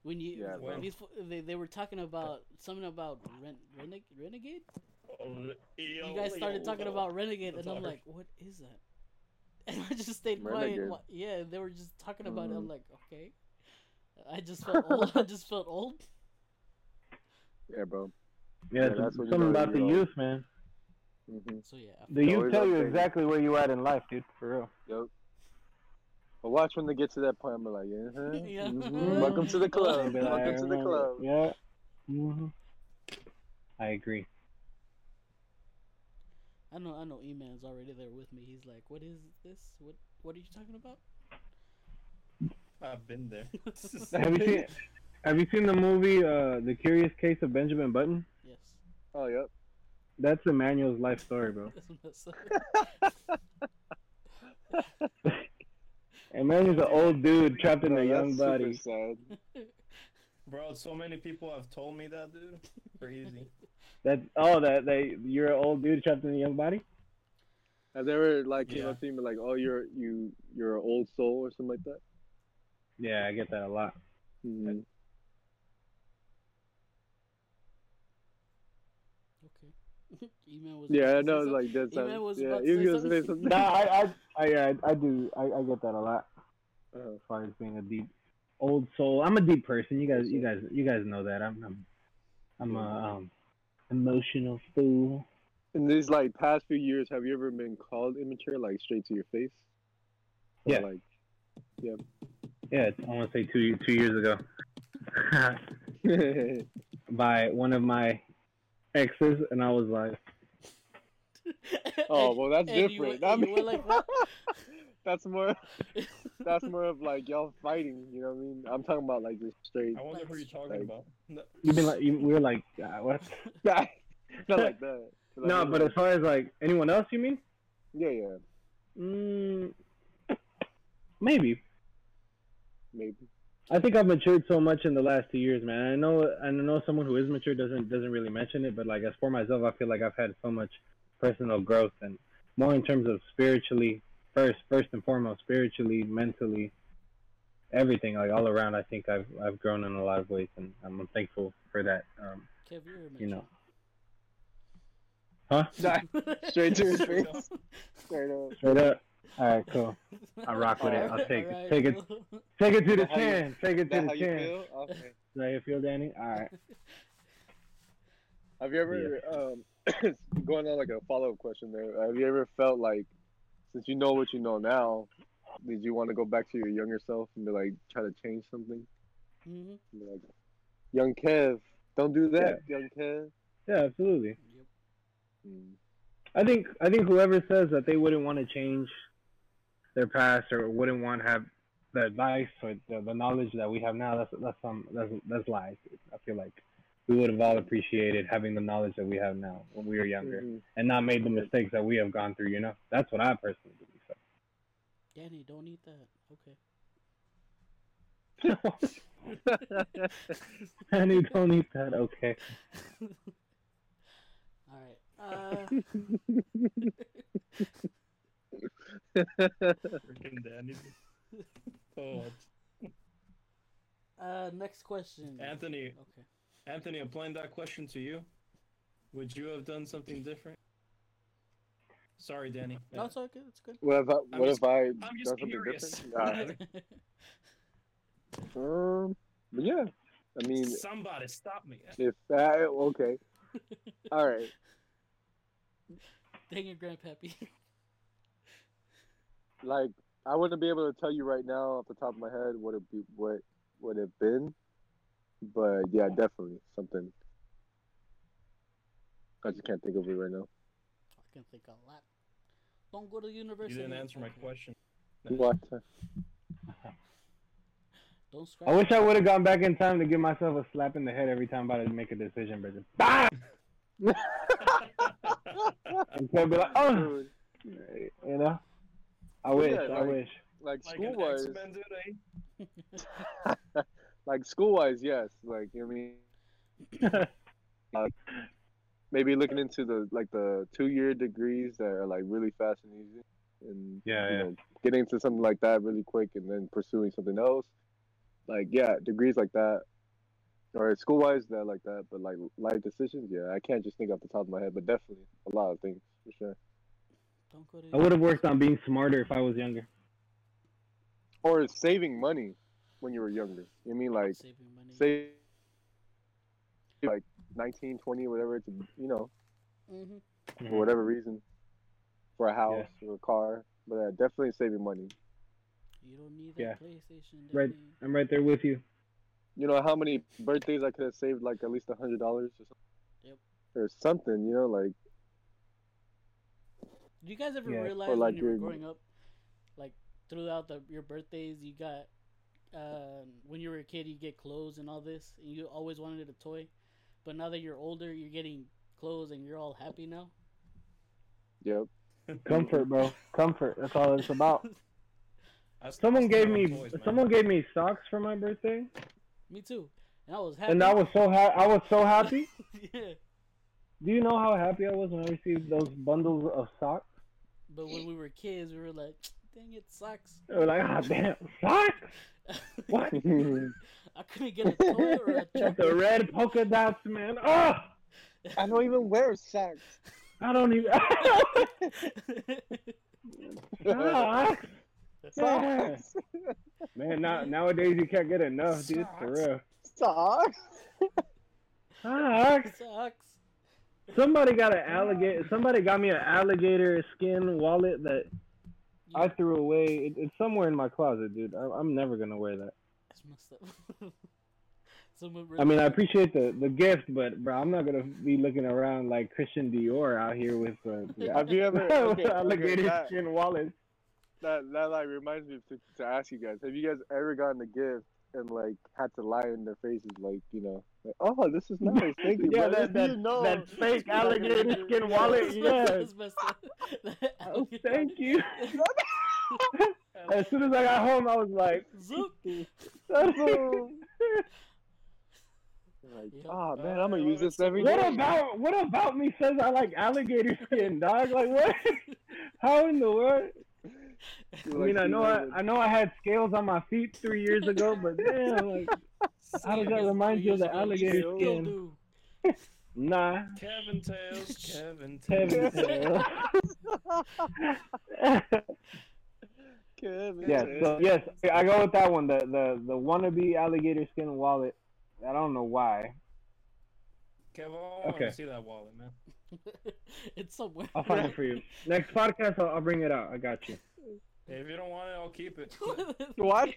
S5: When you
S3: Yeah,
S6: bro.
S5: these fo- they, they were talking about something about ren, reneg, renegade. You guys started talking about renegade,
S6: That's
S5: and I'm
S6: hard.
S5: like, what is that? And I just stayed quiet. and
S3: Renegade.
S5: wa- Yeah, and they were just talking about it. I'm
S3: Mhm.
S5: like, okay. I just felt old. I just felt old.
S3: Yeah, bro.
S2: Yeah,
S3: Yeah,
S2: some-
S3: that's what you
S2: something
S3: know
S2: about the
S3: you're old.
S2: youth, man.
S3: hmm
S5: So yeah, I-
S2: The
S3: It's
S2: youth
S3: always
S2: tell you
S3: updating.
S2: exactly where you at in life, dude. For real.
S3: But watch when they get to that point. I'm like, yeah, huh?
S5: Yeah.
S3: mhm, welcome to
S2: They'll
S3: the club.
S2: be like,
S3: welcome
S2: "I
S3: to the
S2: remember."
S3: club.
S2: Yeah. hmm I agree.
S5: I know I know E-Man's already there with me. He's like, what is this? What what are you talking about?
S6: I've been there.
S2: Have you seen? Have you seen the movie uh, The Curious Case of Benjamin Button?
S5: Yes.
S3: Oh, yep.
S2: That's Emmanuel's life story, bro.
S5: That's what I said.
S2: Emmanuel's an old dude trapped in
S3: Oh,
S2: a
S3: that's
S2: young
S3: super
S2: body.
S3: sad.
S6: Bro, so many people have told me that, dude. Crazy.
S2: That oh, that they you're an old dude trapped in a young body.
S3: Have they ever like came
S6: Yeah.
S3: up to you and be like, oh, you're you you're an old soul or something like that?
S2: Yeah, I get that a lot. Mm-hmm.
S3: hmm
S5: Okay. Email was.
S3: Yeah,
S5: gonna
S3: I
S5: say
S3: know.
S5: something.
S3: Like that's
S5: Even was
S3: yeah,
S5: about to
S3: he
S5: say
S3: was gonna say
S5: something.
S3: something.
S2: nah, I I I, yeah, I, I do. I, I get that a lot
S3: Uh,
S2: as far as being a deep old soul. I'm a deep person. You guys, you guys, you guys know that. I'm I'm I'm a um, emotional fool.
S3: in these like past few years, have you ever been called immature, like straight to your face? Or,
S2: Yeah.
S3: Like,
S2: Yeah, it's- I want to say two two years ago. by one of my exes, and I was like,
S3: oh well, that's
S5: And you
S3: different.
S5: were-
S3: I
S5: and you were
S3: mean-
S5: like, what?
S3: that's more. That's more of like y'all fighting. You know what I mean? I'm talking about like just straight.
S6: I wonder who you're talking about. No,
S2: "You've been like, you, we were like, uh, what?"
S3: Not like that. Like,
S2: No, but as far as like anyone else, you mean?
S3: yeah, yeah,
S2: Mm, maybe.
S3: maybe.
S2: I think I've matured so much in the last two years, man. I know, I know someone who is mature doesn't doesn't really mention it, but like as for myself, I feel like I've had so much personal growth and more in terms of spiritually first, first and foremost, spiritually, mentally, everything like all around. I think I've I've grown in a lot of ways, and I'm thankful for that. Um,
S5: Kev, you're a
S2: you know.
S3: Nah, straight to his face. Straight up.
S2: Straight up. All right, cool. I rock with it. I'll take it. Take it.
S5: Mm-hmm.
S2: Take it to the
S3: How you-
S2: chin. Take it to
S3: That
S2: the
S3: how you
S2: chin.
S3: feel? Okay.
S2: Is that how you feel, Danny? All right.
S3: Have you ever um going on like a follow up question there? Have you ever felt like since you know what you know now, did you want to go back to your younger self and be like try to change something?
S5: hmm
S3: And be like, young Kev, don't do that, young Kev.
S2: Yeah, absolutely.
S5: Yep.
S3: Mm.
S2: I think I think whoever says that they wouldn't want to change their past or wouldn't want to have the advice or the, the knowledge that we have now that's that's um that's that's lies. I feel like we would have all appreciated having the knowledge that we have now when we were younger
S3: Mhm.
S2: and not made the mistakes that we have gone through. You know, that's what I personally believe. So
S5: Danny, don't eat that. Okay.
S2: and you don't eat that. Okay.
S5: All right. Uh,
S6: Freaking Danny. Oh,
S5: uh, next question.
S6: Anthony,
S5: Okay.
S6: Anthony, applying that question to you, would you have done something different? Sorry, Danny.
S5: No, it's okay. It's good.
S3: What if I, what
S6: just-
S3: if I
S6: I'm
S3: done
S6: just
S3: something
S6: curious.
S3: different? Nah. um, but yeah, I mean,
S6: Somebody stop me.
S3: if I, okay, all right.
S5: Dang it, Grandpappy.
S3: Like I wouldn't be able to tell you right now off the top of my head what it be, what would have been, but yeah, definitely something. I just can't think of it right now.
S5: I can think a lot. Don't go to university.
S6: You didn't answer my
S5: Okay.
S6: question.
S3: What?
S5: Don't scratch.
S2: I wish I would have gone back in time to give myself a slap in the head every time I'm about to make a decision, brother. Bah! Instead of be like, oh,
S3: Dude,
S2: you know. I wish.
S3: Yeah,
S2: I
S3: like-
S2: wish.
S3: like
S6: like
S3: school
S6: an
S3: wise,
S6: X-Men dude, eh?
S3: like school wise, yes. Like you know what I mean. Uh, maybe looking into the like the two year degrees that are like really fast and easy, and
S2: Yeah,
S3: you
S2: yeah.
S3: know, getting into something like that really quick, and then pursuing something else. Like yeah, degrees like that, or school wise that like that, but like life decisions. Yeah, I can't just think off the top of my head, but definitely a lot of things for sure.
S5: Don't go to.
S2: I would have worked on being smarter if I was younger.
S3: Or saving money when you were younger. You mean like
S5: saving money.
S3: say like 19 20 whatever to you know
S5: hmm
S2: Mhm.
S3: for whatever reason for a house or a car but uh, definitely saving money
S5: You don't need that
S2: Yeah.
S5: PlayStation.
S2: Right.
S5: Danny.
S2: I'm right there with you.
S3: you know how many birthdays i could have saved like at least a hundred dollars or something
S5: Yep.
S3: or something you know like
S5: Do you guys ever
S2: Yeah. Or
S5: realize
S3: like
S5: when you were
S3: your-
S5: growing up, like throughout the, your birthdays, you got um, when you were a kid, you get clothes and all this, and you always wanted a toy, but now that you're older, you're getting clothes and you're all happy now.
S3: yep
S2: Comfort, bro. Comfort. That's all it's about.
S6: That's-
S2: Someone
S6: that's
S2: gave
S6: not
S2: me
S6: toys, man.
S2: someone gave me socks for my birthday,
S5: Me too, and I was happy.
S2: and I was so ha- I was so happy.
S5: yeah,
S2: Do you know how happy I was when I received those bundles of socks?
S5: but when we were kids, we were like, "Dang it, sucks."
S2: They were like, ah, damn, socks! What?
S5: I couldn't get a toy or a
S2: the red polka dots, man. Oh,
S3: i don't even wear socks
S2: I don't even. ah,
S5: chocolate.
S2: Socks. Yeah.
S3: socks
S2: Man, now, nowadays you can't get enough, dude. For
S6: Socks.
S2: real.
S3: socks
S2: Socks.
S5: sucks.
S2: Somebody got an alligator. Somebody got me an alligator skin wallet that
S5: You
S2: I threw away. It, it's somewhere in my closet, dude. I, I'm never gonna wear that.
S5: That's messed up. Someone
S2: I mean, I
S5: really-
S2: appreciate the, the gift, but bro, I'm not gonna be looking around like Christian Dior out here with uh, the
S3: have you ever okay, okay,
S2: alligator
S3: that,
S2: skin wallet.
S3: that, that like reminds me to, to ask you guys have you guys ever gotten a gift and like had to lie in their faces like you know like, oh this is nice thank you
S2: Yeah,
S3: bro.
S2: that-
S3: This- you
S2: that-
S3: know
S2: that fake
S3: Like,
S2: alligator
S3: you-
S2: skin wallet. Yes.
S5: That's messed up.
S2: Oh, thank you.
S6: Yeah.
S2: As soon as I got home, I was like,
S5: Zoop.
S2: what
S3: Like,
S5: Yeah.
S3: oh man,
S6: Uh,
S3: I'm gonna use
S6: that's
S3: this every
S6: what
S3: day.
S2: about what about me says I like alligator skin, dog? Like what? How in the world? I mean, I know I, I know I had scales on my feet three years ago, but damn, like, how does that remind you of the alligator
S5: Still
S2: skin?
S5: do.
S2: Nah,
S6: Kevin Tails, Kevin
S2: Kevin.
S6: Tails.
S2: Taylor.
S3: Kevin,
S2: yes, so, yes, I go with that one. The the the wannabe alligator skin wallet. I don't know why.
S6: Kevin, I want
S2: Okay.
S6: to see that wallet, man.
S5: it's somewhere.
S2: I'll find it for you. Next podcast, I'll, I'll bring it out. I got you.
S6: If you don't want it, I'll keep it.
S3: What?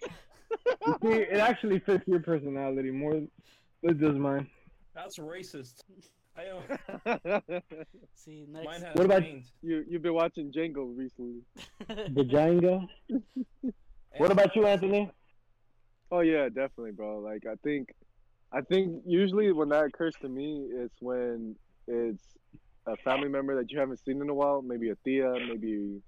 S2: You see, it actually fits your personality more than it does mine.
S6: That's racist. I am.
S5: See
S6: Mine
S5: next.
S6: has
S2: What about-
S6: veins.
S3: you you've been watching Django recently?
S2: The Django. What about you, Anthony?
S3: Oh yeah, definitely, bro. Like I think, I think usually when that occurs to me, it's when it's a family member that you haven't seen in a while, maybe a tia, maybe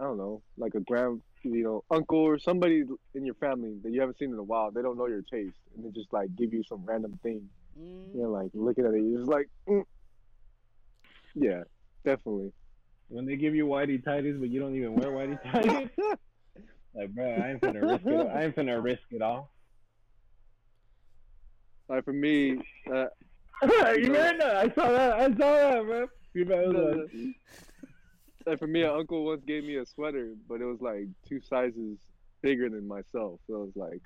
S3: I don't know, like a grand you know, uncle or somebody in your family that you haven't seen in a while. They don't know your taste, and they just like give you some random thing.
S5: Mm,
S3: You're like looking at it, you're just like, mm. yeah, definitely.
S2: When they give you whitey tighties, but you don't even wear whitey tighties, like, bro, I ain't finna risk it. I ain't finna risk it all.
S3: Like for me, uh,
S2: you read that? I saw that. I saw that, bro. You better look.
S3: like for me, an uncle once gave me a sweater, but it was like two sizes bigger than myself. So I was like,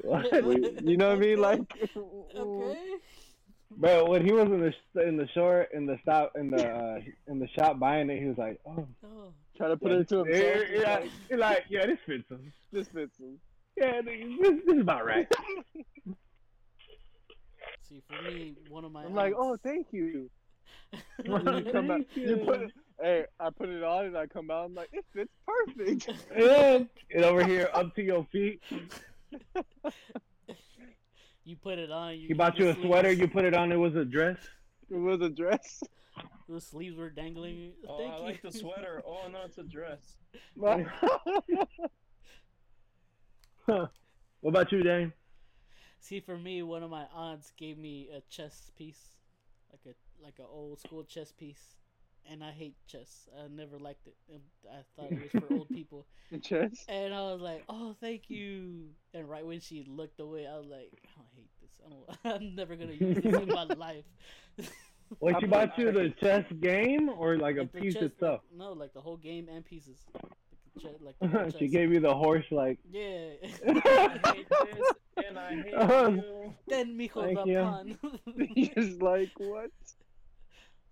S2: What?
S3: wait, you know what I mean? Like,
S5: Okay.
S2: Bro, when he was in the sh- in the short in the stop in the uh, in the shop buying it, he was like, "Oh,
S5: Oh.
S3: trying to put
S2: yeah,
S3: it to
S2: this-
S3: himself.
S2: yeah, yeah, He's like, yeah, this fits him.
S3: This fits him.
S2: Yeah, this, this is about right."
S5: See, for me, one of my.
S3: I'm like, oh,
S5: aunts-
S3: thank you.
S2: Well,
S3: And you come out,
S2: thank you.
S3: you put, hey, I put it on and I come out. I'm like, it fits perfect.
S2: and over here, up to your feet.
S5: You put it on. You
S2: He bought you
S5: the
S2: a sweater.
S5: sleeves-
S2: You put it on. It was a dress.
S3: It was a dress.
S5: The sleeves were dangling.
S1: Oh,
S5: Thank
S1: I
S5: you.
S1: like the sweater. Oh no, it's a dress.
S3: My-
S2: What about you, Dane?
S5: See, for me, one of my aunts gave me a chess piece, like a like a old school chess piece, and I hate chess. I never liked it. Um, I thought it was for old people,
S3: dress.
S5: and I was like, "Oh, thank you." And right when she looked away, I was like, "I don't hate this. I don't, I'm never gonna use this in my life."
S2: What
S3: I
S2: she
S3: put-
S2: bought you the chess game or like a
S5: Like the
S2: piece
S5: chess-
S2: itself?
S5: No, like the whole game and pieces. Like the, che- like the whole
S2: she
S5: chess.
S2: gave you the horse. Like,
S5: Yeah.
S1: I hate this and I hate
S2: Uh-huh.
S1: you.
S5: then mijo
S2: Thank
S5: the
S2: you.
S3: You're just like, what?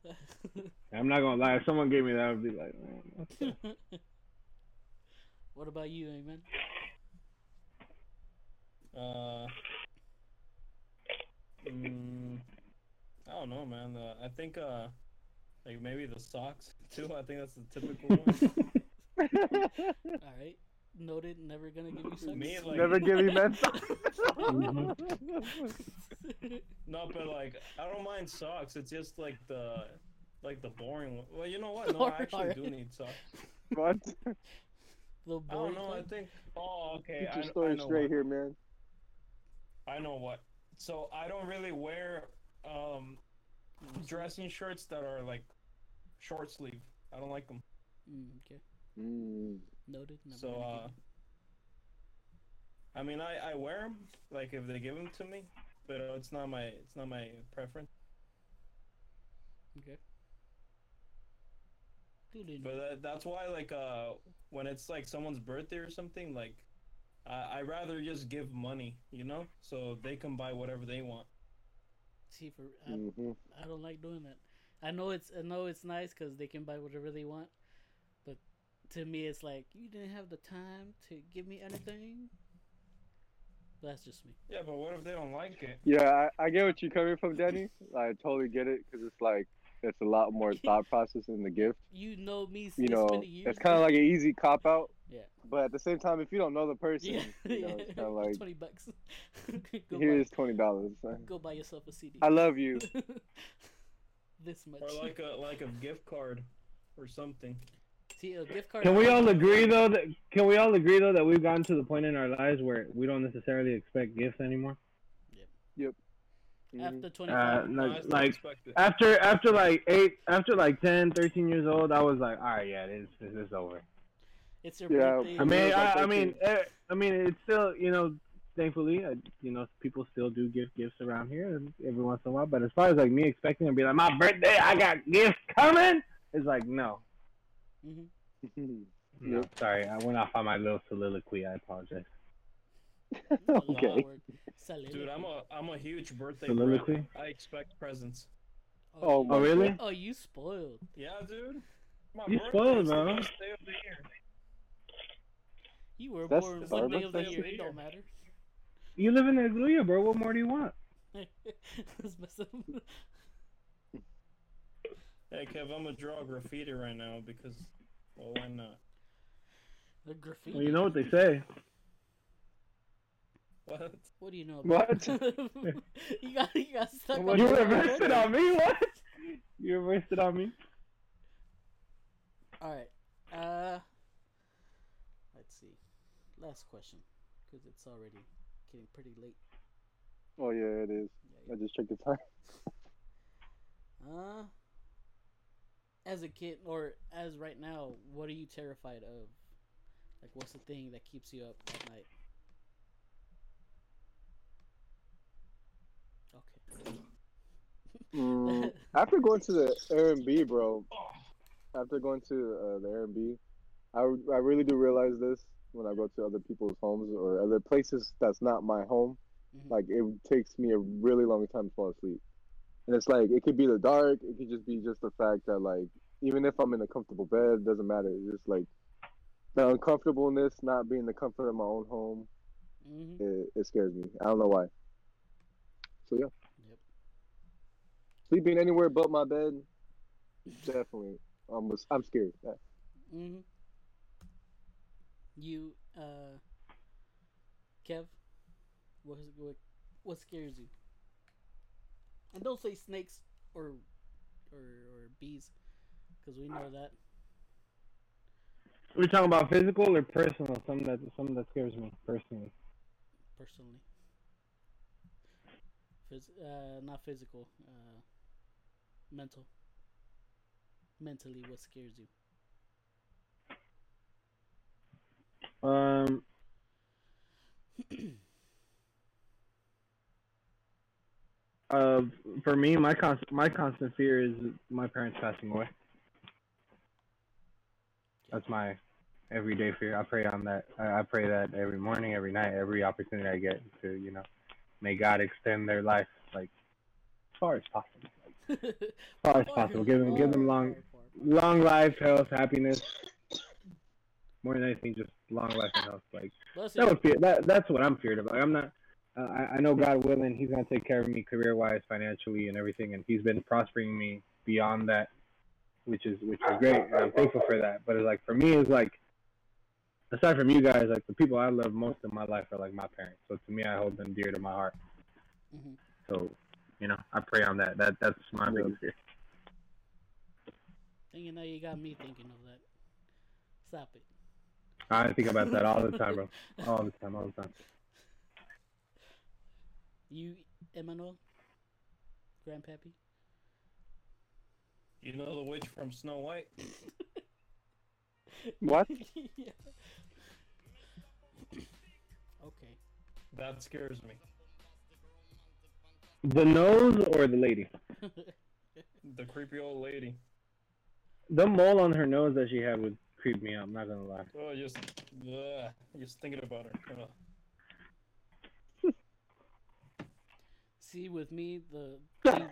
S5: pawn.
S2: I'm not gonna lie. If someone gave me that, I'd be like, "Man, what's that?"
S5: what about you, Amen?
S1: Uh, mm, I don't know, man. Uh, I think uh, like maybe the socks too. I think that's the typical one.
S5: All right. Noted. Never gonna give you sex.
S1: Me, like-
S3: Never give me mess.
S1: no, but like I don't mind socks. It's just like the like the boring one. Well, you know what? No, I
S5: Alright,
S1: actually
S5: alright.
S1: do need socks.
S3: what?
S5: Little
S1: I don't
S5: boring.
S1: know. I
S5: thing.
S1: think. Oh, okay.
S3: Get
S1: I,
S3: your
S1: I
S3: story
S1: know
S3: straight
S1: what.
S3: here, man.
S1: I know what. So I don't really wear um dressing shirts that are like short sleeve. I don't like them.
S5: Mm, okay.
S3: Mm.
S5: Noted. Never
S1: So,
S5: gonna
S1: uh,
S5: give
S1: I mean, I I wear them like if they give them to me, but uh, it's not my it's not my preference.
S5: you- Okay. Good enough.
S1: But that, that's why like uh when it's like someone's birthday or something, like I I rather just give money, you know, so they can buy whatever they want.
S5: See, for I,
S3: hmm
S5: I don't like doing that. I know it's I know it's nice because they can buy whatever they want, but to me it's like you didn't have the time to give me anything. That's just me.
S1: Yeah, but what if they don't like it?
S3: Yeah, I, I get what you're coming from, Danny. I totally get it because it's like it's a lot more thought process in the gift.
S5: You know me.
S3: You
S5: it's
S3: know,
S5: been a year.
S3: it's kind of like an easy cop out.
S5: Yeah.
S3: But at the same time, if you don't know the person,
S5: yeah,
S3: you know, it's
S5: yeah.
S3: kind of like
S5: twenty bucks. go, buy,
S3: here's twenty dollars.
S5: go buy yourself a CD.
S3: I love you.
S5: this much.
S1: Or like a like a gift card or something.
S5: See, a gift card.
S2: Can we all agree though that can we all agree though that we've gotten to the point in our lives where we don't necessarily expect gifts anymore?
S3: Mhm.
S5: after twenty
S2: Uh, like,
S5: five?
S1: Honestly, I
S2: like
S1: expect it.
S2: after after like eight after like 10, 13 years old, I was like, all right, yeah, this this is over.
S5: it's your
S3: yeah,
S5: birthday.
S2: I mean, I, I
S3: Like
S2: mean, eh, I mean, it's still you know, thankfully, I, you know, people still do give gifts around here every once in a while. But as far as like me expecting to be like my birthday, I got gifts coming, it's like no.
S5: Mhm.
S2: No, sorry, I went off on my little soliloquy. I apologize.
S5: That's a lot of
S3: Okay.
S5: work.
S1: Dude, I'm a I'm a huge birthday. brat.
S2: Soliloquy.
S1: I expect presents.
S3: Oh,
S5: you-
S2: Oh really?
S5: Oh, you spoiled.
S1: Yeah, dude. My
S2: You
S1: birthday's
S2: spoiled,
S1: the
S2: man.
S1: best day of the year.
S5: You were
S3: That's
S5: born
S3: the
S5: one day
S3: Starbucks
S5: of the
S1: that's
S5: year.
S1: the
S5: It don't
S1: year.
S5: matter.
S2: You live in Aguiluya, bro. What more do you want?
S5: That's messed up.
S1: Hey Kev, I'm gonna draw graffiti right now because, well, why not?
S5: The graffiti.
S2: Well, you know what they say.
S1: What?
S5: What do you know? About what? you got you got stuck. on
S2: You
S5: your own
S2: reversed
S5: joke?
S2: it on me. What? You reversed it on me.
S5: All right. Uh, Last question, because it's already getting pretty late.
S3: Oh yeah, it is.
S5: Yeah,
S3: I just checked the time.
S5: Uh, as a kid, or as right now, what are you terrified of? Like, what's the thing that keeps you up at night? Okay.
S3: Mm, after going to the Airbnb, bro,
S6: Oh,
S3: after going to uh, the Airbnb, I, I really do realize this when I go to other people's homes or other places that's not my home.
S5: Mhm.
S3: Like it takes me a really long time to fall asleep, and it's like it could be the dark. It could just be just the fact that like even if I'm in a comfortable bed, it doesn't matter. It's just like the uncomfortableness, not being the comfort of my own home,
S5: hmm
S3: it, it scares me. I don't know why. So yeah,
S5: Yep.
S3: sleeping anywhere but my bed, definitely. I'm I'm scared.
S5: hmm You, uh, Kev, what, is, what what scares you? And don't say snakes or or or bees, because we know that.
S2: We're talking about physical or personal. Something that something that scares me personally.
S5: personally. Phys- uh, not physical, uh, mental. Mentally, what scares you?
S2: Um, uh, for me, my constant my constant fear is my parents passing away. That's my everyday fear. I pray on that. I, I pray that every morning, every night, every opportunity I get to, you know, may God extend their life like as far as possible. As far as possible. Give them give them long long life, health, happiness. More than anything, just long life and health. Like
S5: Bless
S2: that
S5: you.
S2: would fear. That that's what I'm feared of. Like, I'm not. Uh, I I know God willing, He's gonna take care of me career wise, financially, and everything, and He's been prospering me beyond that, which is which is great, and I'm thankful for that. But it's like for me, it's like aside from you guys, like the people I love most in my life are like my parents. So to me, I hold them dear to my heart.
S5: Mhm.
S2: So you know, I pray on that. That that's my biggest fear.
S5: And you know, you got me thinking of that. Stop it.
S2: I think about that all the time, bro. All the time, all the time.
S5: You, Emmanuel? Grandpappy?
S6: you know the witch from Snow White?
S3: What?
S5: yeah. okay.
S6: That scares me.
S2: The nose or the lady?
S6: The creepy old lady.
S2: The mole on her nose that she had would creep me out. I'm not gonna lie.
S6: Oh, just, ugh, just thinking about her. Ugh.
S5: See, with me, the the,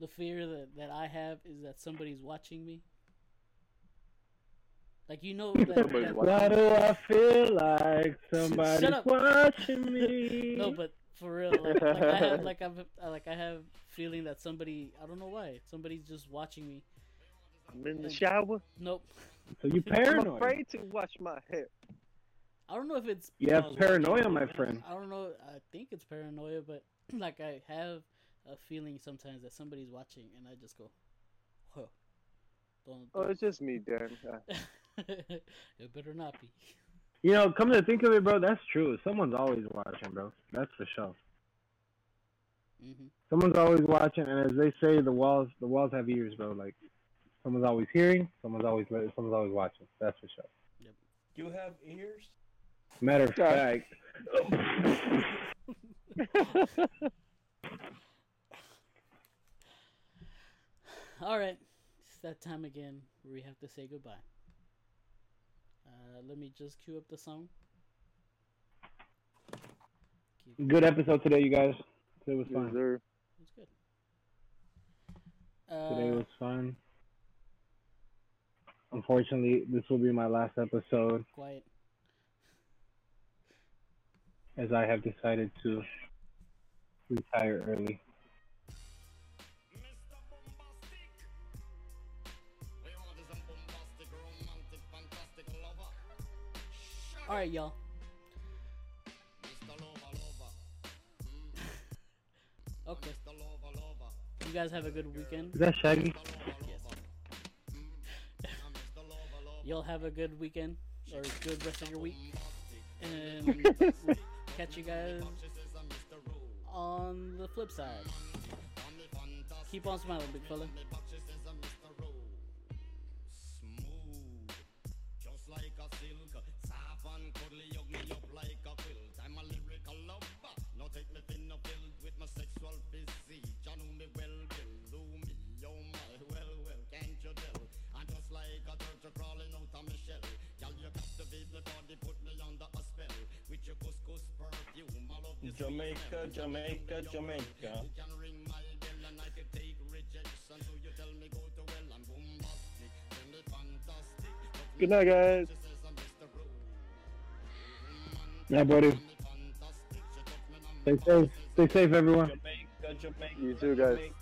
S5: the fear that, that I have is that somebody's watching me. Like you know that,
S3: Somebody's
S5: that-
S3: watching.
S2: Why do I feel like somebody's
S5: up.
S2: watching me?
S5: no, but for real, like, like I have like I've uh, like I have feeling that somebody I don't know why somebody's just watching me.
S3: I'm in
S5: the
S3: shower.
S5: Nope,
S2: so you paranoid?
S3: to wash my hair.
S5: I don't know if it's
S2: You have paranoia, my friend.
S5: I don't know. I think it's paranoia, but like I have a feeling sometimes that somebody's watching, and I just go, "Huh." Don't,
S3: Oh,
S5: don't.
S3: it's just me, Darren. Uh,
S5: it better not be.
S2: You know, come to think of it, bro, that's true. Someone's always watching, bro. That's for sure.
S5: hmm
S2: Someone's always watching, and as they say, the walls the walls have ears, bro. Like someone's always hearing, someone's always li- someone's always watching. That's for sure.
S6: You have ears?
S2: Matter of
S3: Yeah.
S2: fact,
S5: Mm-hmm. All right, it's that time again where we have to say goodbye. Uh, let me just cue up the song. Keep, it
S2: good episode today, you guys. Today was
S3: yes,
S2: fun.
S3: sir.
S5: was good.
S2: Today
S5: Uh,
S2: was fun. Unfortunately, this will be my last episode
S5: Uh, quiet.
S2: as I have decided to retire early.
S5: All right, y'all. Okay. You guys have a good weekend.
S2: Is that Shaggy?
S5: You'll have a good weekend or good rest of your week. and we'll catch you guys on the flip side. Keep on smiling, big fella.
S7: Just like a silk, soft and cuddly, hug me up like a quilt. I'm a lyrical lover. Now take me thin a filled with my sexual physique. You know me well, Bill. Do me, oh my, well, well, can't you tell? I'm just like a turtle crawling out of my shell. Girl, you captivate me, body put me under a spell. With your couscous perfume, I love you.
S6: Jamaica, Jamaica, Jamaica.
S7: You can ring my bell and I can take rejection. So you tell me go to hell, I'm bombastic. Tell me fantastic. But
S3: Good night, guys.
S7: she says I'm Mr. Rude.
S2: Yeah, buddy. Stay safe. Stay safe, everyone.
S6: Jamaica, Jamaica.
S3: You too, guys.
S6: Jamaica.